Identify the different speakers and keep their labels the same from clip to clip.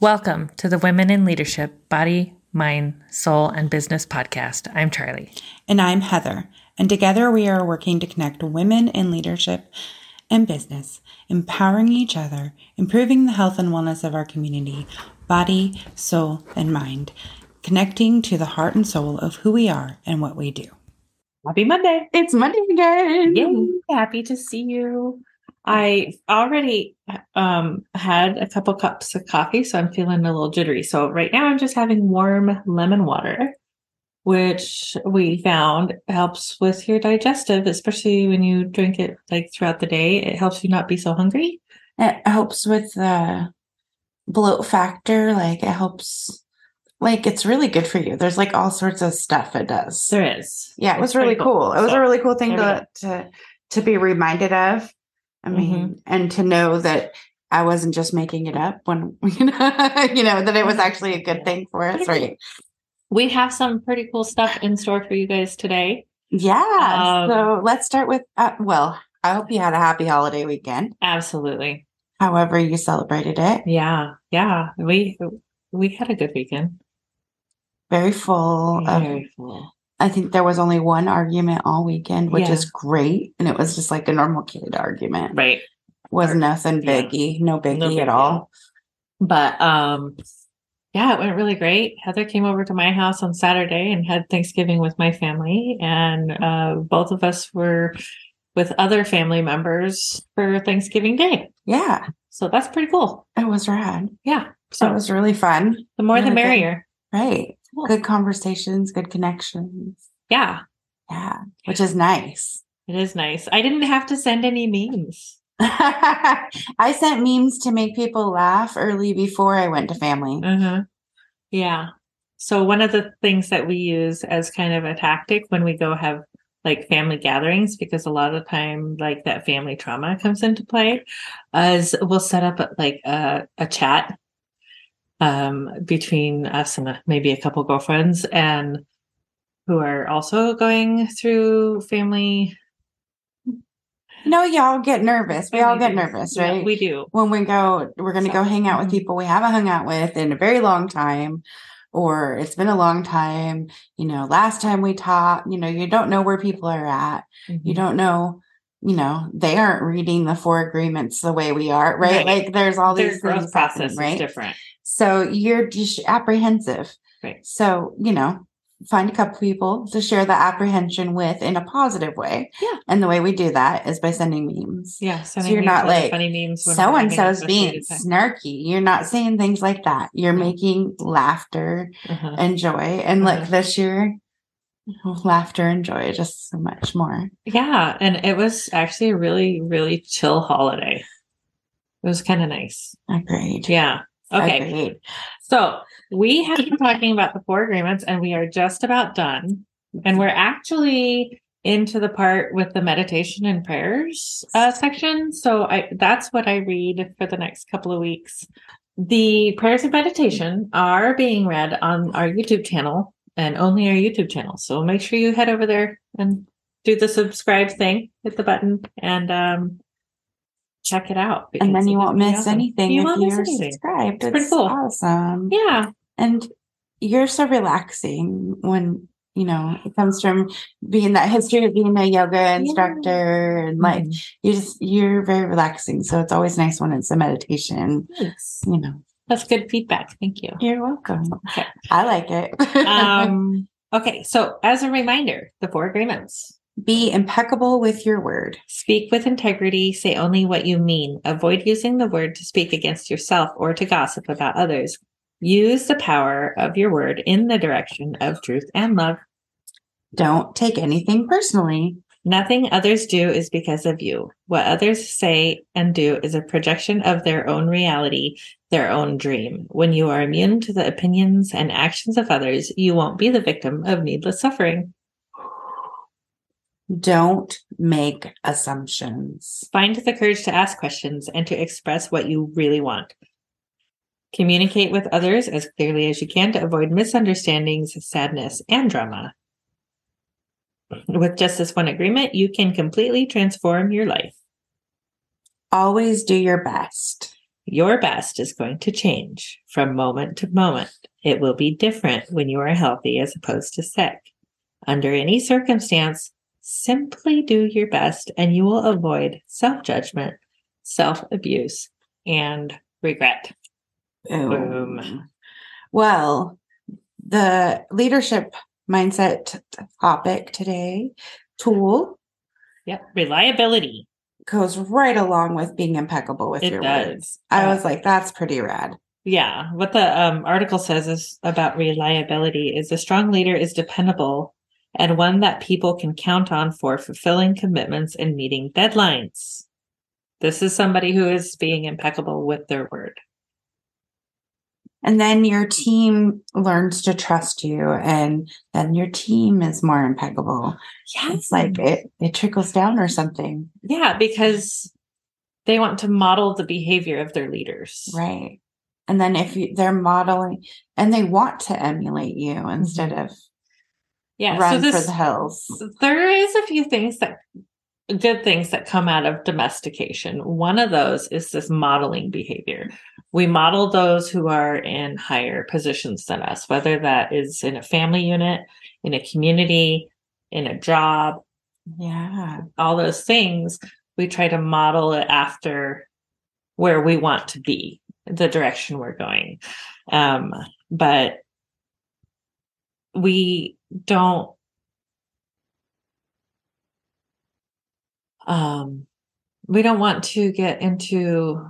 Speaker 1: Welcome to the Women in Leadership Body, Mind, Soul, and Business podcast. I'm Charlie.
Speaker 2: And I'm Heather. And together we are working to connect women in leadership and business, empowering each other, improving the health and wellness of our community, body, soul, and mind, connecting to the heart and soul of who we are and what we do.
Speaker 3: Happy Monday. It's Monday again.
Speaker 1: Yay.
Speaker 3: Happy to see you. I already um, had a couple cups of coffee, so I'm feeling a little jittery. So right now I'm just having warm lemon water, which we found helps with your digestive, especially when you drink it like throughout the day. It helps you not be so hungry.
Speaker 4: It helps with the bloat factor. Like it helps, like it's really good for you. There's like all sorts of stuff it does.
Speaker 3: There is.
Speaker 4: yeah, it was
Speaker 3: It's
Speaker 4: really
Speaker 3: pretty
Speaker 4: cool. It was
Speaker 3: So-
Speaker 4: a really cool thing
Speaker 3: there
Speaker 4: to, to to be reminded of. I mean,
Speaker 3: Mm-hmm.
Speaker 4: and to know that I wasn't just making it up when you know, you know that
Speaker 3: Mm-hmm.
Speaker 4: it was actually a good thing for us, right?
Speaker 3: We have some pretty cool stuff in store for you guys today.
Speaker 4: Yeah.
Speaker 3: Um,
Speaker 4: so let's start with uh, well, I hope you had a happy holiday weekend,
Speaker 3: Absolutely.
Speaker 4: however you celebrated it.
Speaker 3: Yeah, yeah. We we had a good weekend.
Speaker 4: Very full of
Speaker 3: Very full.
Speaker 4: I think there was only one argument all weekend, which
Speaker 3: Yeah.
Speaker 4: is great. And it was just like a normal kid argument.
Speaker 3: Right.
Speaker 4: Was nothing
Speaker 3: Yeah.
Speaker 4: biggie, no biggie
Speaker 3: big
Speaker 4: at
Speaker 3: deal.
Speaker 4: all.
Speaker 3: But um yeah, it went really great. Heather came over to my house on Saturday and had Thanksgiving with my family and uh both of us were with other family members for Thanksgiving Day.
Speaker 4: Yeah,
Speaker 3: So that's pretty cool.
Speaker 4: it was rad.
Speaker 3: Yeah.
Speaker 4: So it
Speaker 3: So
Speaker 4: was really fun.
Speaker 3: the more the
Speaker 4: really good.
Speaker 3: merrier.
Speaker 4: Right.
Speaker 3: Cool.
Speaker 4: Good conversations, good connections.
Speaker 3: Yeah,
Speaker 4: Yeah, which is nice.
Speaker 3: it is nice. I didn't have to send any memes.
Speaker 4: I sent memes to make people laugh early before I went to family.
Speaker 3: Uh-huh. Yeah. So one of the things that we use as kind of a tactic when we go have like family gatherings, because a lot of the time like that family trauma comes into play, is we'll set up like a, a chat um between us and maybe a couple girlfriends and who are also going through family
Speaker 4: No, y'all get nervous. We all get
Speaker 3: family
Speaker 4: nervous,
Speaker 3: things. Yeah,
Speaker 4: right?
Speaker 3: we do
Speaker 4: when we go we're going to go
Speaker 3: So-
Speaker 4: hang out
Speaker 3: Mhm.
Speaker 4: with people we haven't hung out with in a very long time or it's been a long time you know last time we talked you know you don't know where people are at you don't know you know they aren't reading the four agreements the way we are right,
Speaker 3: Right.
Speaker 4: like there's all
Speaker 3: their
Speaker 4: these
Speaker 3: growth
Speaker 4: things happening,
Speaker 3: process is different
Speaker 4: so you're just apprehensive
Speaker 3: Right.
Speaker 4: so you know find a couple people to share the apprehension with in a positive way
Speaker 3: Yeah.
Speaker 4: and the way we do that is by sending memes
Speaker 3: yeah so,
Speaker 4: you're not, like,
Speaker 3: funny memes when we're
Speaker 4: so and
Speaker 3: hanging out
Speaker 4: so's
Speaker 3: with
Speaker 4: being
Speaker 3: you.
Speaker 4: snarky. You're not saying things like that. You're
Speaker 3: No.
Speaker 4: making laughter
Speaker 3: Uh-huh.
Speaker 4: and joy. And like
Speaker 3: Uh-huh.
Speaker 4: this year, laughter and joy just so much more.
Speaker 3: Yeah, and it was actually a really, really chill holiday. It was kind of nice.
Speaker 4: Agreed.
Speaker 3: Yeah. Okay.
Speaker 4: Agreed.
Speaker 3: So we have been talking about the four agreements and we are just about done. And we're actually into the part with the meditation and prayers uh, section. So I that's what I read for the next couple of weeks. The prayers and meditation are being read on our YouTube channel and only our YouTube channel. So make sure you head over there and do the subscribe thing, hit the button, and um, check it out.
Speaker 4: And
Speaker 3: because
Speaker 4: then you
Speaker 3: it
Speaker 4: won't
Speaker 3: would be
Speaker 4: miss
Speaker 3: awesome.
Speaker 4: anything
Speaker 3: You
Speaker 4: if
Speaker 3: won't miss
Speaker 4: you're
Speaker 3: anything.
Speaker 4: subscribed. It's,
Speaker 3: pretty cool.
Speaker 4: awesome.
Speaker 3: Yeah.
Speaker 4: And you're so relaxing when you know it comes from being that history of being a yoga instructor and like
Speaker 3: Mm-hmm.
Speaker 4: you just you're very relaxing. So it's always nice when it's a meditation,
Speaker 3: Thanks.
Speaker 4: you know.
Speaker 3: That's good feedback. Thank you.
Speaker 4: You're welcome.
Speaker 3: Okay.
Speaker 4: I like it.
Speaker 3: Um, okay. So, as a reminder, the four agreements
Speaker 4: Be impeccable with your word.
Speaker 3: speak with integrity, say only what you mean, avoid using the word to speak against yourself or to gossip about others. Use the power of your word in the direction of truth and love.
Speaker 4: Don't take anything personally.
Speaker 3: Nothing others do is because of you. What others say and do is a projection of their own reality, their own dream. When you are immune to the opinions and actions of others, you won't be the victim of needless suffering.
Speaker 4: Don't make assumptions.
Speaker 3: Find the courage to ask questions and to express what you really want. Communicate with others as clearly as you can to avoid misunderstandings, sadness, and drama. With just this one agreement, you can completely transform your life.
Speaker 4: Always do your best.
Speaker 3: Your best is going to change from moment to moment. It will be different when you are healthy as opposed to sick. Under any circumstance, simply do your best and you will avoid self judgment, self abuse, and regret. Boom.
Speaker 4: Well, the leadership mindset t- topic today tool
Speaker 3: Yep. Reliability.
Speaker 4: goes right along with being impeccable with
Speaker 3: It
Speaker 4: your
Speaker 3: does.
Speaker 4: words. I
Speaker 3: Yeah.
Speaker 4: was like, that's pretty rad.
Speaker 3: Yeah, what the um, article says is about reliability is a strong leader is dependable and one that people can count on for fulfilling commitments and meeting deadlines. This is somebody who is being impeccable with their word.
Speaker 4: And then your team learns to trust you, and then your team is more impeccable. It's like it, it trickles down or something.
Speaker 3: yeah, because they want to model the behavior of their leaders.
Speaker 4: Right. And then if you, they're modeling and they want to emulate you instead of
Speaker 3: Mm-hmm. Yeah.
Speaker 4: run
Speaker 3: so this
Speaker 4: for the hills.
Speaker 3: there is a few things that good things that come out of domestication. One of those is this modeling behavior. We model those who are in higher positions than us, whether that is in a family unit, in a community, in a job, Mm-hmm.
Speaker 4: Yeah.
Speaker 3: all those things. We try to model it after where we want to be, the direction we're going. Um, but we don't um we don't want to get into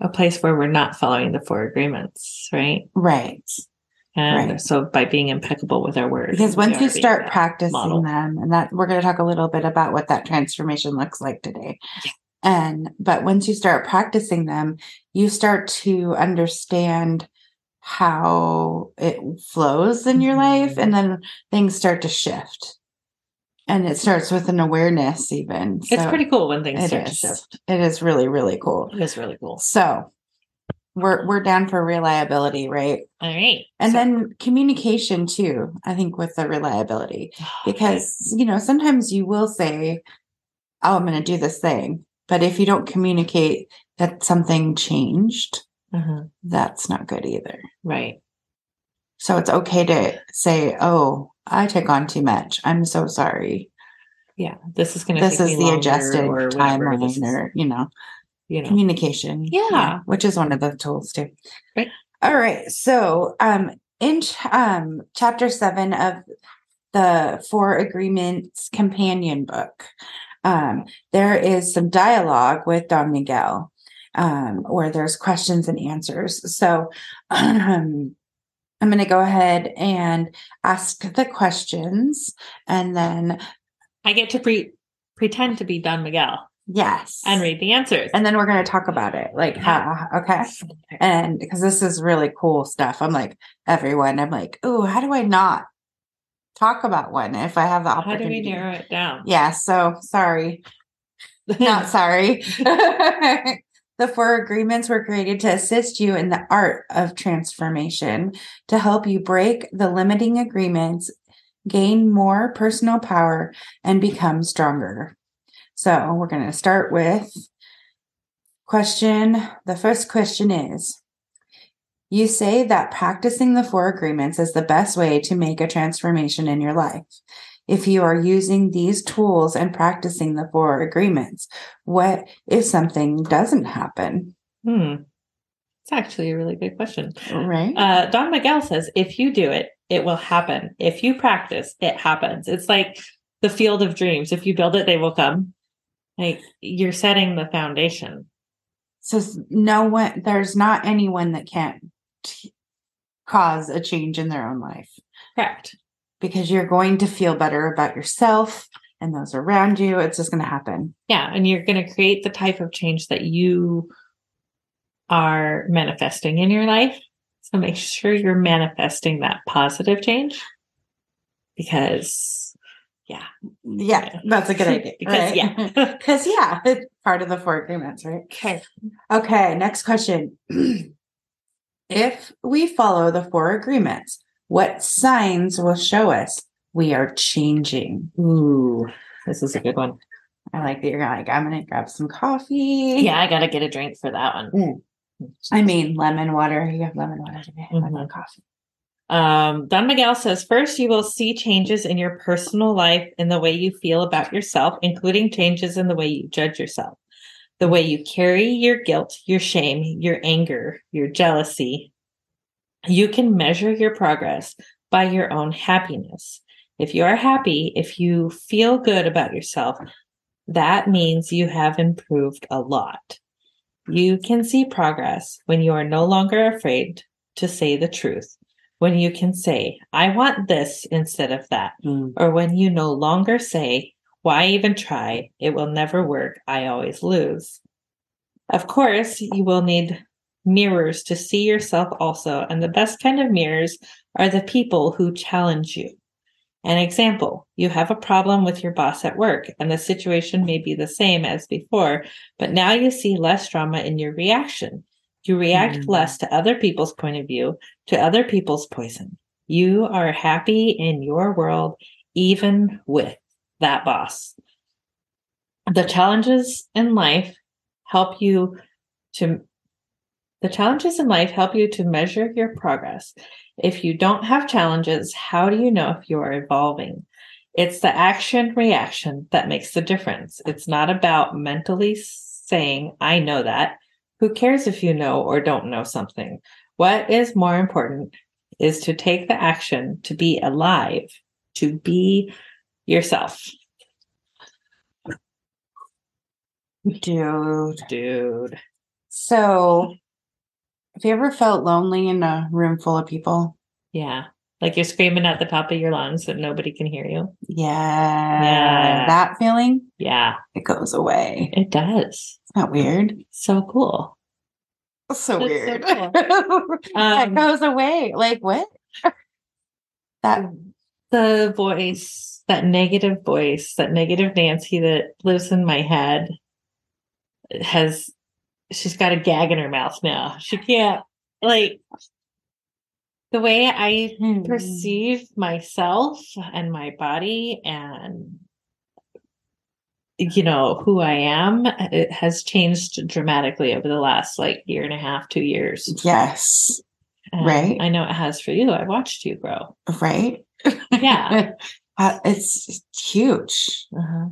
Speaker 3: a place where we're not following the four agreements right
Speaker 4: Right.
Speaker 3: and
Speaker 4: Right.
Speaker 3: so by being impeccable with our word
Speaker 4: Because
Speaker 3: we
Speaker 4: once
Speaker 3: are
Speaker 4: you
Speaker 3: being
Speaker 4: start
Speaker 3: that
Speaker 4: practicing
Speaker 3: uh, model.
Speaker 4: them, and that we're going to talk a little bit about what that transformation looks like today. And but once you start practicing them, you start to understand how it flows in your
Speaker 3: Mm-hmm.
Speaker 4: life, and then things start to shift. And it starts with an awareness, even.
Speaker 3: it's
Speaker 4: So
Speaker 3: pretty cool when things
Speaker 4: it
Speaker 3: start
Speaker 4: is.
Speaker 3: to shift
Speaker 4: It is really, really cool.
Speaker 3: it is really cool
Speaker 4: So we're we're down for reliability, right?
Speaker 3: all right
Speaker 4: And
Speaker 3: So-
Speaker 4: then communication too, I think with the reliability, because, you know, sometimes you will say, Oh, I'm going to do this thing. But if you don't communicate that something changed,
Speaker 3: Uh-huh.
Speaker 4: that's not good either.
Speaker 3: right
Speaker 4: So it's okay to say, Oh, I took on too much. I'm so sorry.
Speaker 3: yeah this is gonna
Speaker 4: This
Speaker 3: take
Speaker 4: is
Speaker 3: me
Speaker 4: the
Speaker 3: longer
Speaker 4: adjusted
Speaker 3: or whatever this
Speaker 4: timeline
Speaker 3: is,
Speaker 4: or, Mm-hmm. you know,
Speaker 3: you know
Speaker 4: communication.
Speaker 3: Yeah.
Speaker 4: Which is one of the tools too.
Speaker 3: Right.
Speaker 4: All right. So um in ch- um chapter seven of the Four Agreements companion book, um, there is some dialogue with Don Miguel um, where there's questions and answers. So um, I'm going to go ahead and ask the questions and then,
Speaker 3: i get to pre pretend to be don miguel
Speaker 4: yes.
Speaker 3: and read the answers
Speaker 4: and then we're going to talk about it like how okay and because this is really cool stuff i'm like everyone i'm like oh how do i not talk about one if i have the
Speaker 3: how do we
Speaker 4: opportunity
Speaker 3: narrow it down
Speaker 4: yeah so sorry not sorry the four agreements were created to assist you in the art of transformation to help you break the limiting agreements gain more personal power and become stronger so we're going to start with Question The first question is You say that practicing the four agreements is the best way to make a transformation in your life. If you are using these tools and practicing the four agreements, what if something doesn't happen?
Speaker 3: Hmm. It's actually a really good question.
Speaker 4: Right?
Speaker 3: Uh, Don Miguel says, if you do it, it will happen. If you practice, it happens. It's like the field of dreams. If you build it, they will come. Like you're setting the foundation.
Speaker 4: so, s- no one, there's not anyone that can't t- cause a change in their own life
Speaker 3: Correct.
Speaker 4: because you're going to feel better about yourself and those around you. It's just going to happen.
Speaker 3: Yeah. And you're going to create the type of change that you are manifesting in your life. So make sure you're manifesting that positive change because,
Speaker 4: Yeah, that's a good idea.
Speaker 3: because
Speaker 4: right?
Speaker 3: yeah.
Speaker 4: Because yeah, it's part of the four agreements, right?
Speaker 3: okay.
Speaker 4: Okay, next question. if we follow the four agreements, what signs will show us we are changing?
Speaker 3: Ooh, this is a good one.
Speaker 4: I like that you're like, I'm gonna grab some coffee.
Speaker 3: Yeah, I gotta get a drink for that one.
Speaker 4: I mean, lemon water. You have lemon water today.
Speaker 3: Mhm.
Speaker 4: Lemon coffee.
Speaker 3: Um, Don Miguel says, first, you will see changes in your personal life in the way you feel about yourself, including changes in the way you judge yourself, the way you carry your guilt, your shame, your anger, your jealousy. You can measure your progress by your own happiness. If you are happy, if you feel good about yourself, that means you have improved a lot. You can see progress when you are no longer afraid to say the truth when you can say, I want this instead of that, or when you no longer say, Why even try? It will never work. I always lose. Of course, you will need mirrors to see yourself also, and the best kind of mirrors are the people who challenge you. An example, you have a problem with your boss at work, and the situation may be the same as before, but now you see less drama in your reaction. You react
Speaker 4: Mm.
Speaker 3: less to other people's point of view, to other people's poison. You are happy in your world, even with that boss. The challenges in life help you to the challenges in life help you to measure your progress. If you don't have challenges, how do you know if you are evolving? It's the action reaction that makes the difference. It's not about mentally saying, I know that. Who cares if you know or don't know something? What is more important is to take the action to be alive, to be yourself.
Speaker 4: Dude.
Speaker 3: Dude.
Speaker 4: So, have you ever felt lonely in a room full of people?
Speaker 3: Yeah. Like you're screaming at the top of your lungs that nobody can hear you.
Speaker 4: Yeah.
Speaker 3: Yeah.
Speaker 4: That feeling,
Speaker 3: Yeah,
Speaker 4: it goes away.
Speaker 3: it does.
Speaker 4: It's not weird.
Speaker 3: So cool.
Speaker 4: That's so
Speaker 3: That's so
Speaker 4: weird.
Speaker 3: cool.
Speaker 4: that
Speaker 3: Um,
Speaker 4: goes away. Like what? that
Speaker 3: The voice, that negative voice, that negative Nancy that lives in my head has, she's got a gag in her mouth now. She can't, like, the way I
Speaker 4: Hmm. Mm.
Speaker 3: perceive myself and my body and you know who i am it has changed dramatically over the last like year and a half two years
Speaker 4: Yes.
Speaker 3: And
Speaker 4: Right.
Speaker 3: i know it has for you i watched you grow
Speaker 4: Right.
Speaker 3: yeah
Speaker 4: Uh, it's huge.
Speaker 3: uh-huh.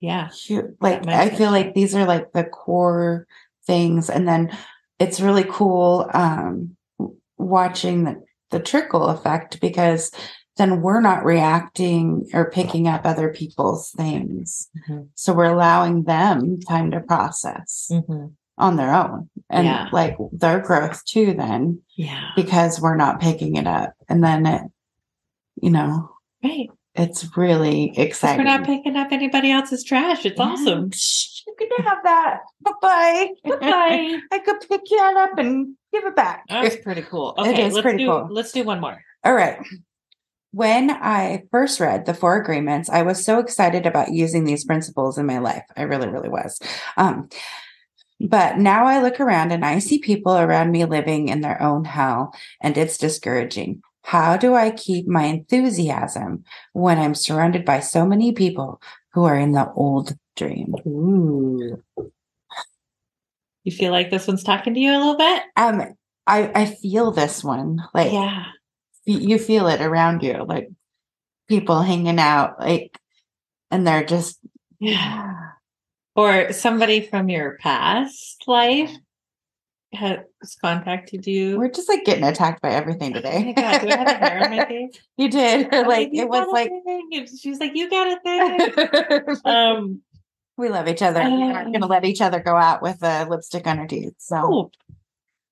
Speaker 3: yeah
Speaker 4: Huge. Like
Speaker 3: mindset
Speaker 4: I feel like
Speaker 3: shift.
Speaker 4: these are like the core things, and then it's really cool um, w- watching the the trickle effect because then we're not reacting or picking up other people's things,
Speaker 3: Mhm.
Speaker 4: so we're allowing them time to process
Speaker 3: Mhm.
Speaker 4: on their own and
Speaker 3: Yeah.
Speaker 4: like their growth too. Then
Speaker 3: yeah
Speaker 4: because we're not picking it up, and then it, you know,
Speaker 3: right
Speaker 4: It's really
Speaker 3: 'Cause
Speaker 4: exciting.
Speaker 3: we're not picking up anybody else's trash it's
Speaker 4: Yeah.
Speaker 3: awesome
Speaker 4: Shh, You can have that. Bye bye.
Speaker 3: bye
Speaker 4: I could pick that up and give it back.
Speaker 3: that's pretty cool
Speaker 4: It
Speaker 3: okay
Speaker 4: is
Speaker 3: let's
Speaker 4: pretty
Speaker 3: do
Speaker 4: cool.
Speaker 3: let's do one more
Speaker 4: All right. When I first read the Four Agreements, I was so excited about using these principles in my life. I really, really was. Um, but now I look around and I see people around me living in their own hell, and it's discouraging. How do I keep my enthusiasm when I'm surrounded by so many people who are in the old dream?
Speaker 3: Ooh. You feel like this one's talking to you a little bit?
Speaker 4: Um, I I feel this one. Like
Speaker 3: Yeah.
Speaker 4: y- you feel it around you, like people hanging out, like, and they're just
Speaker 3: Yeah. Or somebody from your past life has contacted you.
Speaker 4: We're just like getting attacked by everything
Speaker 3: Oh my
Speaker 4: today.
Speaker 3: God, do I Oh, have a hair on my face?
Speaker 4: you did.
Speaker 3: I was
Speaker 4: like
Speaker 3: "You
Speaker 4: it was
Speaker 3: got a
Speaker 4: like
Speaker 3: thing." And she was like, You got a thing. um
Speaker 4: we love each other. We aren't gonna let each other go out with uh, lipstick on our teeth. So
Speaker 3: oh.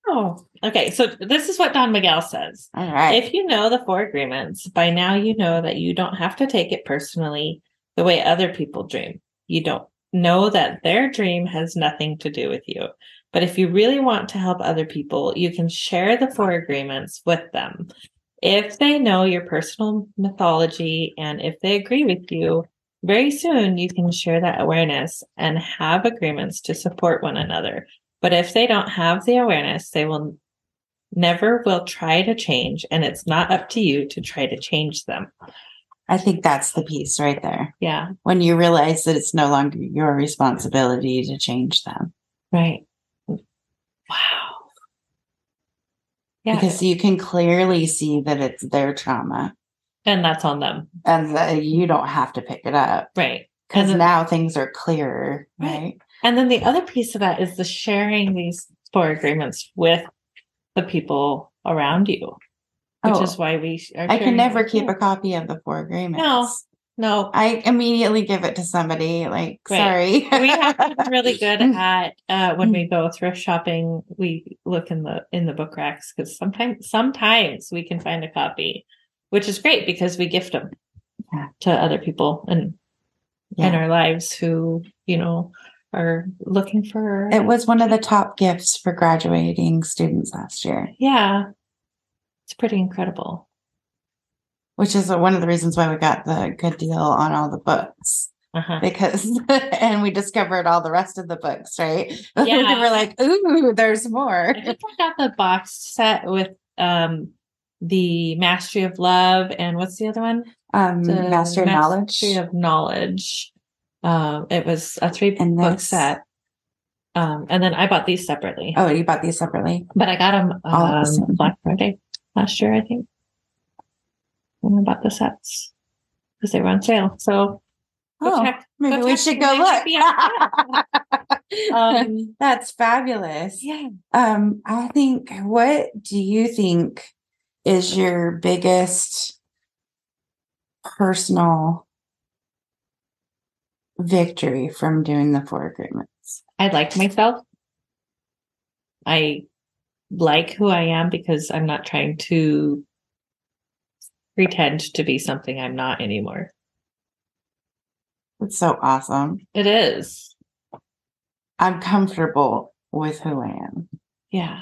Speaker 3: oh. Okay. So this is what Don Miguel says.
Speaker 4: all right.
Speaker 3: If you know the four agreements, by now you know that you don't have to take it personally the way other people dream. You don't know that their dream has nothing to do with you. But if you really want to help other people, you can share the four agreements with them. If they know your personal mythology and if they agree with you, very soon you can share that awareness and have agreements to support one another. But if they don't have the awareness, they will never will try to change, and it's not up to you to try to change them.
Speaker 4: I think that's the piece right there.
Speaker 3: Yeah,
Speaker 4: When you realize that it's no longer your responsibility to change them.
Speaker 3: right. Wow. Yeah.
Speaker 4: because you can clearly see that it's their trauma
Speaker 3: and that's on them.
Speaker 4: and that you don't have to pick it up
Speaker 3: Right.
Speaker 4: because
Speaker 3: And-
Speaker 4: now things are clearer,
Speaker 3: Right.
Speaker 4: right?
Speaker 3: And then the other piece of that is the sharing these four agreements with the people around you, which
Speaker 4: Oh,
Speaker 3: is why we. sh- Are
Speaker 4: I can
Speaker 3: sharing
Speaker 4: never
Speaker 3: this
Speaker 4: keep a
Speaker 3: here.
Speaker 4: copy of the four agreements.
Speaker 3: No. No,
Speaker 4: I immediately give it to somebody. Like,
Speaker 3: Right.
Speaker 4: sorry, Mm.
Speaker 3: we have been really good at uh, when we go thrift shopping. We look in the in the book racks because sometimes sometimes we can find a copy, which is great because we gift them
Speaker 4: Yeah.
Speaker 3: to other people and
Speaker 4: Yeah.
Speaker 3: in our lives who you know are looking for.
Speaker 4: It was one of the top gifts for graduating students last year,
Speaker 3: yeah, it's pretty incredible.
Speaker 4: which is one of the reasons why we got the good deal on all the books
Speaker 3: Uh-huh.
Speaker 4: because, and we discovered all the rest of the books, right?
Speaker 3: Yeah.
Speaker 4: We're like, ooh, there's more.
Speaker 3: I think I got the box set with um the Mastery of Love and what's the other one?
Speaker 4: Um,
Speaker 3: The
Speaker 4: master of knowledge.
Speaker 3: Mastery of Knowledge. Um, it was a three
Speaker 4: And
Speaker 3: book
Speaker 4: this-
Speaker 3: set. Um, and then I bought these separately,
Speaker 4: Oh, you bought these separately.
Speaker 3: but I got them
Speaker 4: All at the
Speaker 3: um,
Speaker 4: same-
Speaker 3: Black Friday last year, I think. When I bought the sets because they were on sale. So go
Speaker 4: Oh,
Speaker 3: check.
Speaker 4: maybe
Speaker 3: go
Speaker 4: we
Speaker 3: check
Speaker 4: should go
Speaker 3: them. They might be
Speaker 4: look.
Speaker 3: Um,
Speaker 4: That's fabulous.
Speaker 3: yeah.
Speaker 4: Um, I think what do you think is your biggest personal victory from doing the four agreements?
Speaker 3: I like myself. I like who I am because I'm not trying to pretend to be something I'm not anymore.
Speaker 4: That's so awesome.
Speaker 3: It is.
Speaker 4: I'm comfortable with who I am.
Speaker 3: Yeah.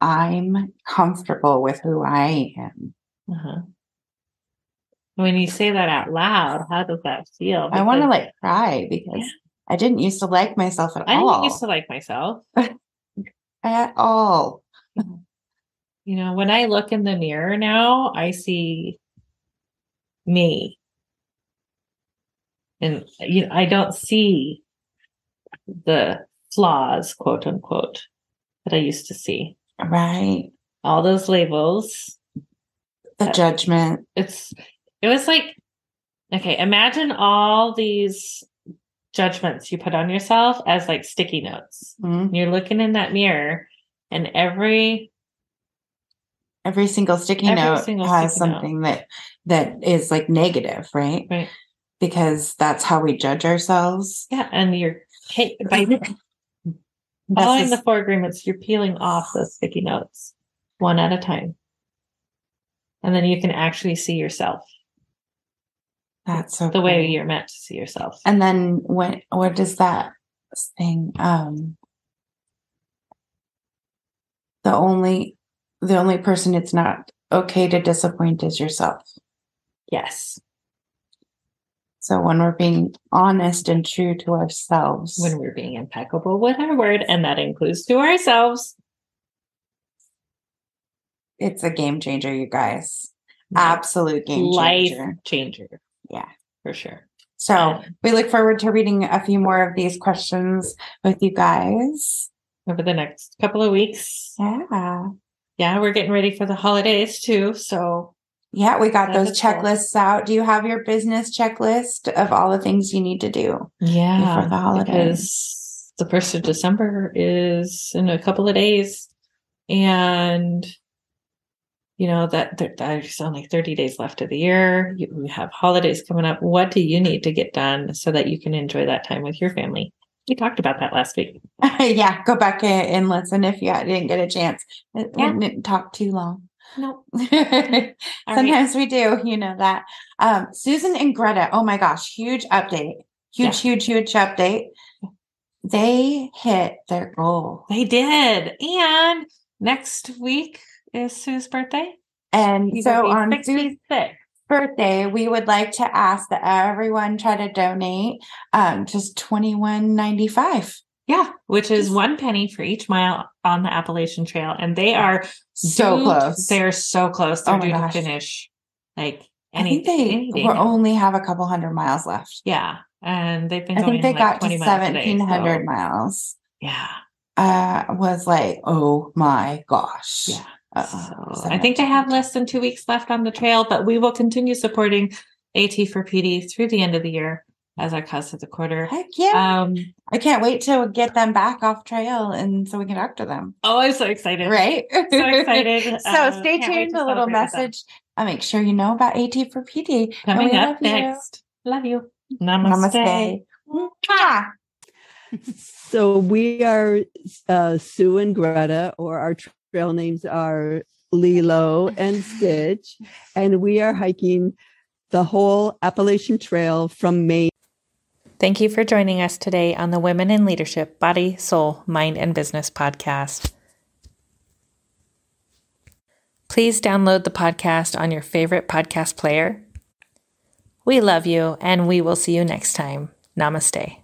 Speaker 4: I'm comfortable with who I am.
Speaker 3: Uh-huh. When you say that out loud, how does that feel?
Speaker 4: I want to
Speaker 3: Because
Speaker 4: like cry because I didn't used to like myself at
Speaker 3: I didn't
Speaker 4: all.
Speaker 3: used to like myself.
Speaker 4: at all.
Speaker 3: You know, when I look in the mirror now, I see me. And you know, I don't see the flaws, quote unquote, that I used to see.
Speaker 4: Right.
Speaker 3: All those labels.
Speaker 4: The judgment.
Speaker 3: It's it was like okay, imagine all these judgments you put on yourself as like sticky notes.
Speaker 4: Mm.
Speaker 3: You're looking in that mirror and every
Speaker 4: Every single sticky
Speaker 3: Every
Speaker 4: note
Speaker 3: single
Speaker 4: has
Speaker 3: sticky note.
Speaker 4: something that that is like negative, right?
Speaker 3: Right.
Speaker 4: Because that's how we judge ourselves.
Speaker 3: Yeah, and you're ca- by
Speaker 4: That's
Speaker 3: following
Speaker 4: just-
Speaker 3: the four agreements, you're peeling off those sticky notes one at a time. And then you can actually see yourself
Speaker 4: that's so
Speaker 3: the way
Speaker 4: cool.
Speaker 3: you're meant to see yourself.
Speaker 4: And then when what does that thing um the only the only person it's not okay to disappoint is yourself.
Speaker 3: Yes.
Speaker 4: So when we're being honest and true to ourselves,
Speaker 3: When we're being impeccable with our word, and that includes to ourselves.
Speaker 4: it's a game changer, you guys. Absolute game
Speaker 3: life
Speaker 4: changer.
Speaker 3: changer.
Speaker 4: Yeah.
Speaker 3: For sure.
Speaker 4: So we look forward to reading a few more of these questions with you guys.
Speaker 3: Over the next couple of weeks.
Speaker 4: Yeah.
Speaker 3: Yeah, we're getting ready for the holidays too. So
Speaker 4: Yeah, we got those
Speaker 3: Wonderful.
Speaker 4: checklists out. Do you have your business checklist of all the things you need to do?
Speaker 3: Yeah,
Speaker 4: Before the holidays.
Speaker 3: Uh-huh. because the first of December is in a couple of days, and you know that there, there's only 30 days left of the year. You we have holidays coming up. What do you need to get done so that you can enjoy that time with your family? We talked about that last week.
Speaker 4: yeah, go back a- and listen if you didn't get a chance. It-
Speaker 3: Yeah.
Speaker 4: We didn't talk too long.
Speaker 3: No, All right.
Speaker 4: Sometimes we do, you know that. Um, Susan and Greta, oh my gosh, huge update. Huge, huge, huge update. They hit their goal.
Speaker 3: they did. And next week is Sue's birthday.
Speaker 4: And
Speaker 3: He
Speaker 4: so
Speaker 3: will be
Speaker 4: on Sue's
Speaker 3: 66.
Speaker 4: birthday, we would like to ask that everyone try to donate um just twenty one ninety five.
Speaker 3: Yeah, which is one penny for each mile on the Appalachian Trail, and they are
Speaker 4: So
Speaker 3: due-
Speaker 4: close.
Speaker 3: They're so close.
Speaker 4: Oh
Speaker 3: They're
Speaker 4: my
Speaker 3: due
Speaker 4: gosh.
Speaker 3: to finish. Like
Speaker 4: I
Speaker 3: any,
Speaker 4: think they
Speaker 3: any day
Speaker 4: will
Speaker 3: now.
Speaker 4: only have a couple hundred miles left.
Speaker 3: yeah, and they've been.
Speaker 4: I think
Speaker 3: Going
Speaker 4: they
Speaker 3: like
Speaker 4: got to
Speaker 3: 20 miles a day,
Speaker 4: seventeen hundred
Speaker 3: so-
Speaker 4: miles.
Speaker 3: yeah,
Speaker 4: I was like, oh my gosh.
Speaker 3: Yeah.
Speaker 4: Uh-oh.
Speaker 3: So
Speaker 4: So
Speaker 3: I
Speaker 4: much
Speaker 3: think they have
Speaker 4: energy.
Speaker 3: less than two weeks left on the trail, but we will continue supporting AT for PD through the end of the year as our cause of the quarter.
Speaker 4: Heck yeah.
Speaker 3: Um,
Speaker 4: I can't wait to get them back off trail and so we can talk to them.
Speaker 3: oh, I'm so excited.
Speaker 4: Right?
Speaker 3: So excited.
Speaker 4: so
Speaker 3: Uh,
Speaker 4: stay
Speaker 3: can't wait
Speaker 4: tuned.
Speaker 3: to
Speaker 4: A little
Speaker 3: celebrate with them.
Speaker 4: message. I make sure you know about AT for PD. and
Speaker 3: Coming
Speaker 4: we love
Speaker 3: up
Speaker 4: you.
Speaker 3: next. Love you.
Speaker 4: Namaste. Mwah.
Speaker 5: So we are uh, Sue and Greta, or our trail names are Lilo and Stitch, and we are hiking the whole Appalachian Trail from Maine.
Speaker 1: Thank you for joining us today on the Women in Leadership Body, Soul, Mind, and Business podcast. Please download the podcast on your favorite podcast player. We love you, and we will see you next time. Namaste.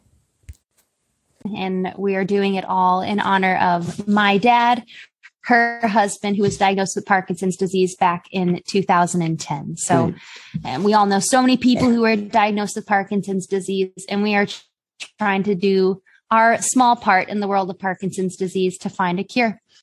Speaker 6: and we are doing it all in honor of my dad, her husband, who was diagnosed with Parkinson's disease back in 2010. So, and we all know so many people who are diagnosed with Parkinson's disease, and we are tr- trying to do our small part in the world of Parkinson's disease to find a cure.